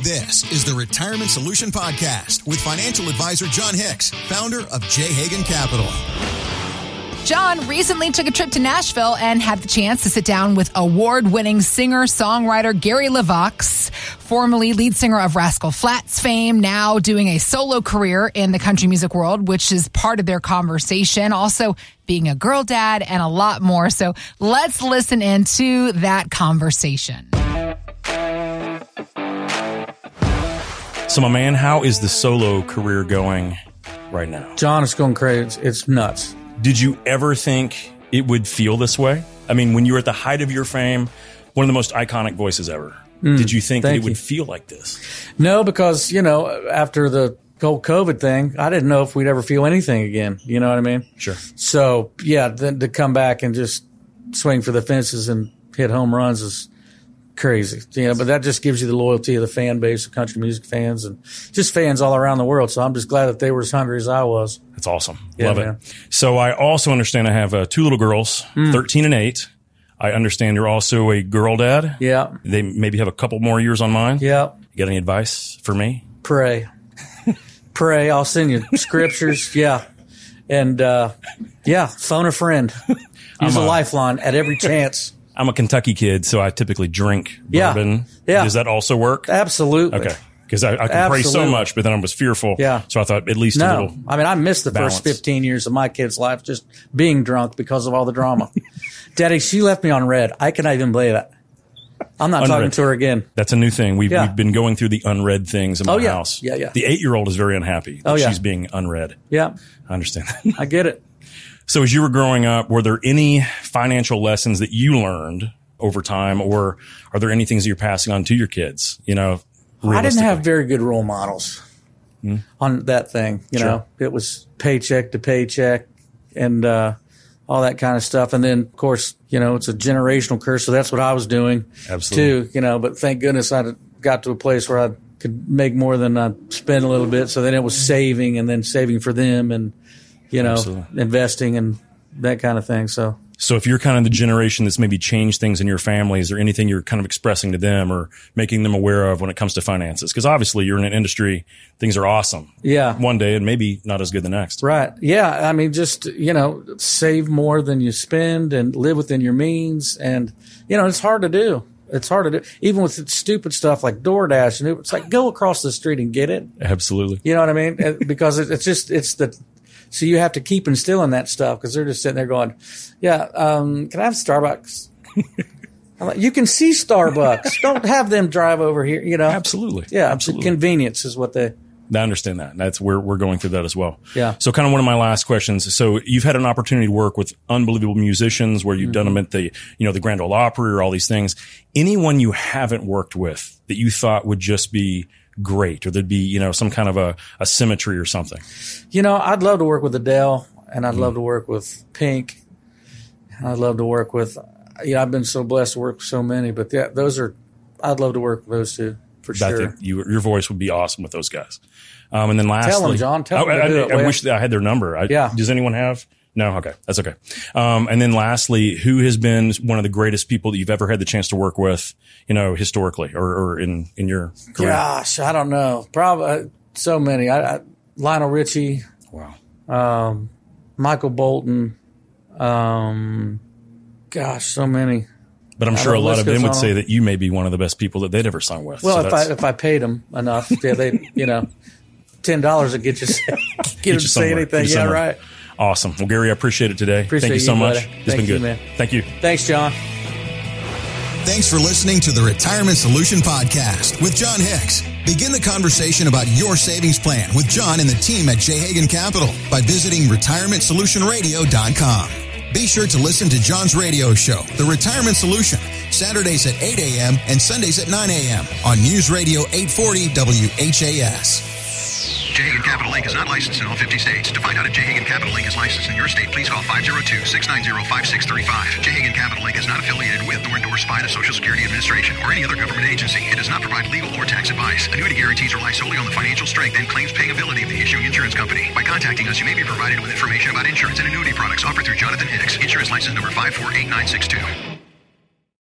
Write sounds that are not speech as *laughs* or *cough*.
This is the Retirement Solution Podcast with financial advisor John Hicks, founder of J. Hagan Capital. John recently took a trip to Nashville and had the chance to sit down with award winning singer songwriter Gary Lavox, formerly lead singer of Rascal Flats fame, now doing a solo career in the country music world, which is part of their conversation. Also, being a girl dad and a lot more. So let's listen into that conversation. So, my man, how is the solo career going right now? John, it's going crazy. It's, it's nuts. Did you ever think it would feel this way? I mean, when you were at the height of your fame, one of the most iconic voices ever, did you think that it Mm, thank would you. feel like this? No, because you know, after the whole COVID thing, I didn't know if we'd ever feel anything again. You know what I mean? Sure. So yeah, then to come back and just swing for the fences and hit home runs is crazy. You know, but that just gives you the loyalty of the fan base of country music fans and just fans all around the world. So I'm just glad that they were as hungry as I was. That's awesome. Yeah, Love man. Mm. it. So, I also understand I have uh, two little girls, 13 and 8. I understand you're also a girl dad. Yeah. They maybe have a couple more years on mine. Yeah. You got any advice for me? pray pray i'll send you *laughs* scriptures yeah and uh yeah phone a friend use a- a, lifeline at every chance I'm a Kentucky kid, so I typically drink Yeah. bourbon. Yeah. Does that also work? absolutely Okay. Because I, I could pray so Absolutely. much, but then I was fearful. Yeah. So I thought at least a no little. i mean i missed the balance. first 15 years of my kid's life just being drunk because of all *laughs* the drama daddy she left me on red i cannot even believe it i'm not talking Unread. to her again That's a new thing. We've, Yeah. we've been going through the unread things in my Oh, yeah. house. Yeah, yeah. The eight year old is very unhappy that Oh, yeah. she's being unread. yeah I understand that. *laughs* i get it so as you were growing up, were there any financial lessons that you learned over time, or are there any things that you're passing on to your kids? You know, I didn't realistically? Hmm? have very good role models on that thing. You Sure. know, it was paycheck to paycheck and uh, all that kind of stuff. And then, of course, you know, it's a generational curse. So that's what I was doing Absolutely. too. You know, but thank goodness I got to a place where I could make more than I spend a little bit. So then it was saving and then saving for them and, you know, Absolutely. investing and that kind of thing. So So if you're kind of the generation that's maybe changed things in your family, is there anything you're kind of expressing to them or making them aware of when it comes to finances? Because obviously you're in an industry, things are awesome. Yeah. One day and maybe not as good the next. Right. Yeah. I mean, just, you know, save more than you spend and live within your means. And, you know, it's hard to do. It's hard to do. Even with stupid stuff like DoorDash and Uber, it's like go across the street and get it. Absolutely. You know what I mean? Uh, *laughs* because it, it's just, it's the, so you have to keep instilling that stuff because they're just sitting there going, yeah, um, can I have Starbucks? *laughs* I'm like, you can see Starbucks. Don't have them drive over here, you know? Absolutely. Yeah. Absolutely. Convenience is what they, I understand that. That's where we're going through that as well. Yeah. So kind of one of my last questions. So you've had an opportunity to work with unbelievable musicians where you've done them at the, you know, the Grand Ole Opry or all these things. Anyone you haven't worked with that you thought would just be great or there'd be, you know, some kind of a, a symmetry or something. You know, I'd love to work with Adele, and I'd Mm. love to work with Pink, and I'd love to work with. You know, I've been so blessed to work with so many, but yeah, those are. I'd love to work with those two for I sure. think you, your voice would be awesome with those guys. Um, and then lastly, John. Tell Oh, them to I, do I- it, I will wish that I had their number. I, Yeah. Does anyone have? No. Okay. That's okay. Um, and then lastly, who has been one of the greatest people that you've ever had the chance to work with? You know, historically or, or in in your career. Gosh, I don't know. Probably uh, so many. I, I, Lionel Richie, Wow. um, Michael Bolton. Um, gosh, so many. But I'm I sure a don't- lot list of them goes would on. say that you may be one of the best people that they'd ever sung with. Well, So if I that's- if I paid them enough, yeah, they you know, ten dollars would get you *laughs* get, them you to somewhere. say anything. Get you Yeah, somewhere. right. awesome. Well, Gary, I appreciate it today. Appreciate Thank you so you, much. buddy. It's Thank been you, good. man. Thank you. Thanks, John. Thanks for listening to the Retirement Solution Podcast with John Hicks. Begin the conversation about your savings plan with John and the team at J. Hagan Capital by visiting retirementsolutionradio.com. Be sure to listen to John's radio show, The Retirement Solution, Saturdays at 8 a.m. and Sundays at 9 a.m. on News Radio 840 WHAS. J. Hagan Capital Inc. is not licensed in all 50 states. To find out if J. Hagan Capital Inc. is licensed in your state, please call 502-690-5635. J. Hagan Capital Inc. is not affiliated with nor endorsed by the Social Security Administration or any other government agency. It does not provide legal or tax advice. Annuity guarantees rely solely on the financial strength and claims paying ability of the issuing insurance company. By contacting us, you may be provided with information about insurance and annuity products offered through Jonathan Hicks, insurance license number 548962.